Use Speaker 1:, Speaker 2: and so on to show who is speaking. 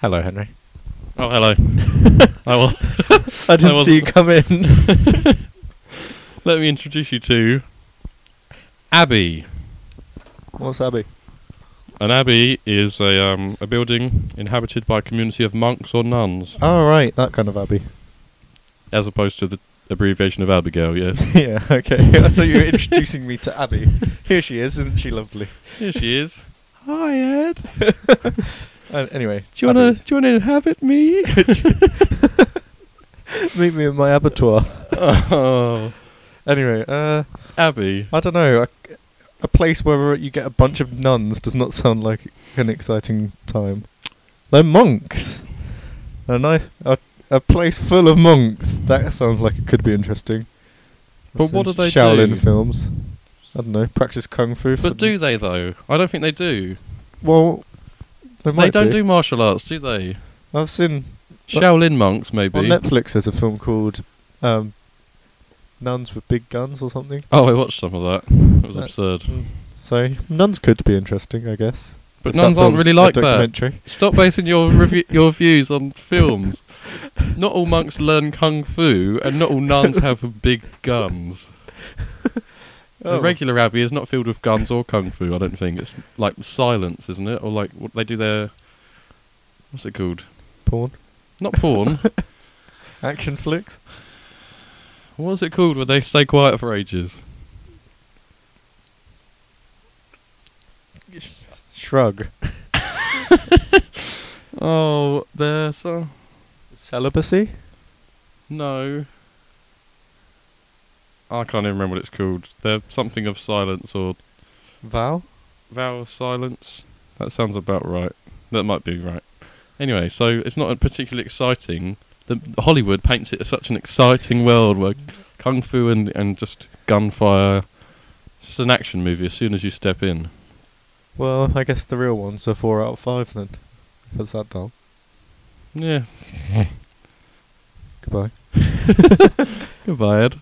Speaker 1: Hello, Henry.
Speaker 2: Oh, hello. Oh, I will.
Speaker 1: I
Speaker 2: didn't see you
Speaker 1: come in.
Speaker 2: Let me introduce you to Abbey.
Speaker 1: What's Abby?
Speaker 2: An abbey is a um, a building inhabited by a community of monks or nuns,
Speaker 1: Oh, right, that kind of Abby.
Speaker 2: as opposed to the abbreviation of Abigail. Yes.
Speaker 1: yeah, okay. I thought you were introducing me to Abby. Here she is, isn't she lovely?
Speaker 2: Here she is. Hi, Ed.
Speaker 1: Uh, anyway,
Speaker 2: Do you wanna do you wanna inhabit me?
Speaker 1: to meet me in my abattoir?
Speaker 2: oh,
Speaker 1: Anyway, uh,
Speaker 2: Abbey.
Speaker 1: I don't know. A, a place where you get a bunch of nuns does not sound like an exciting time. They're monks. A nice, a, a place full of monks. That sounds like it could be interesting.
Speaker 2: But what do they
Speaker 1: Shaolin
Speaker 2: do?
Speaker 1: films. I don't know. Practice kung fu. for-
Speaker 2: But do they though? I don't think they do.
Speaker 1: well. They,
Speaker 2: They
Speaker 1: might
Speaker 2: don't do martial arts, do they?
Speaker 1: I've seen What?
Speaker 2: Shaolin monks, maybe.
Speaker 1: on Netflix. There's a film called um, "Nuns with Big Guns" or something.
Speaker 2: Oh, I watched some of that. It was
Speaker 1: That-
Speaker 2: absurd.
Speaker 1: Hmm. So nuns could be interesting, I guess.
Speaker 2: But
Speaker 1: If that
Speaker 2: nuns aren't
Speaker 1: film's
Speaker 2: really
Speaker 1: a
Speaker 2: like that.
Speaker 1: documentary.
Speaker 2: Stop basing your review, your views on films. Not all monks learn kung fu, and not all nuns have big guns.
Speaker 1: Oh.
Speaker 2: A regular abbey is not filled with guns or kung fu. I don't think it's like silence, isn't it? Or like what they do their what's it called?
Speaker 1: Porn.
Speaker 2: Not porn.
Speaker 1: Action flicks.
Speaker 2: what's it called? Where they stay quiet for ages.
Speaker 1: Shrug.
Speaker 2: Oh, there's a
Speaker 1: Celibacy.
Speaker 2: no. I can't even remember what it's called. They're something of silence or
Speaker 1: Vow.
Speaker 2: vow of silence. That sounds about right. That might be right. Anyway, so it's not particularly exciting. The Hollywood paints it as such an exciting world where kung fu and, and just gunfire. It's just an action movie as soon as you step in.
Speaker 1: Well, I guess the real ones are four out of five then. If it's that dull.
Speaker 2: Yeah.
Speaker 1: Goodbye.
Speaker 2: Goodbye, Ed.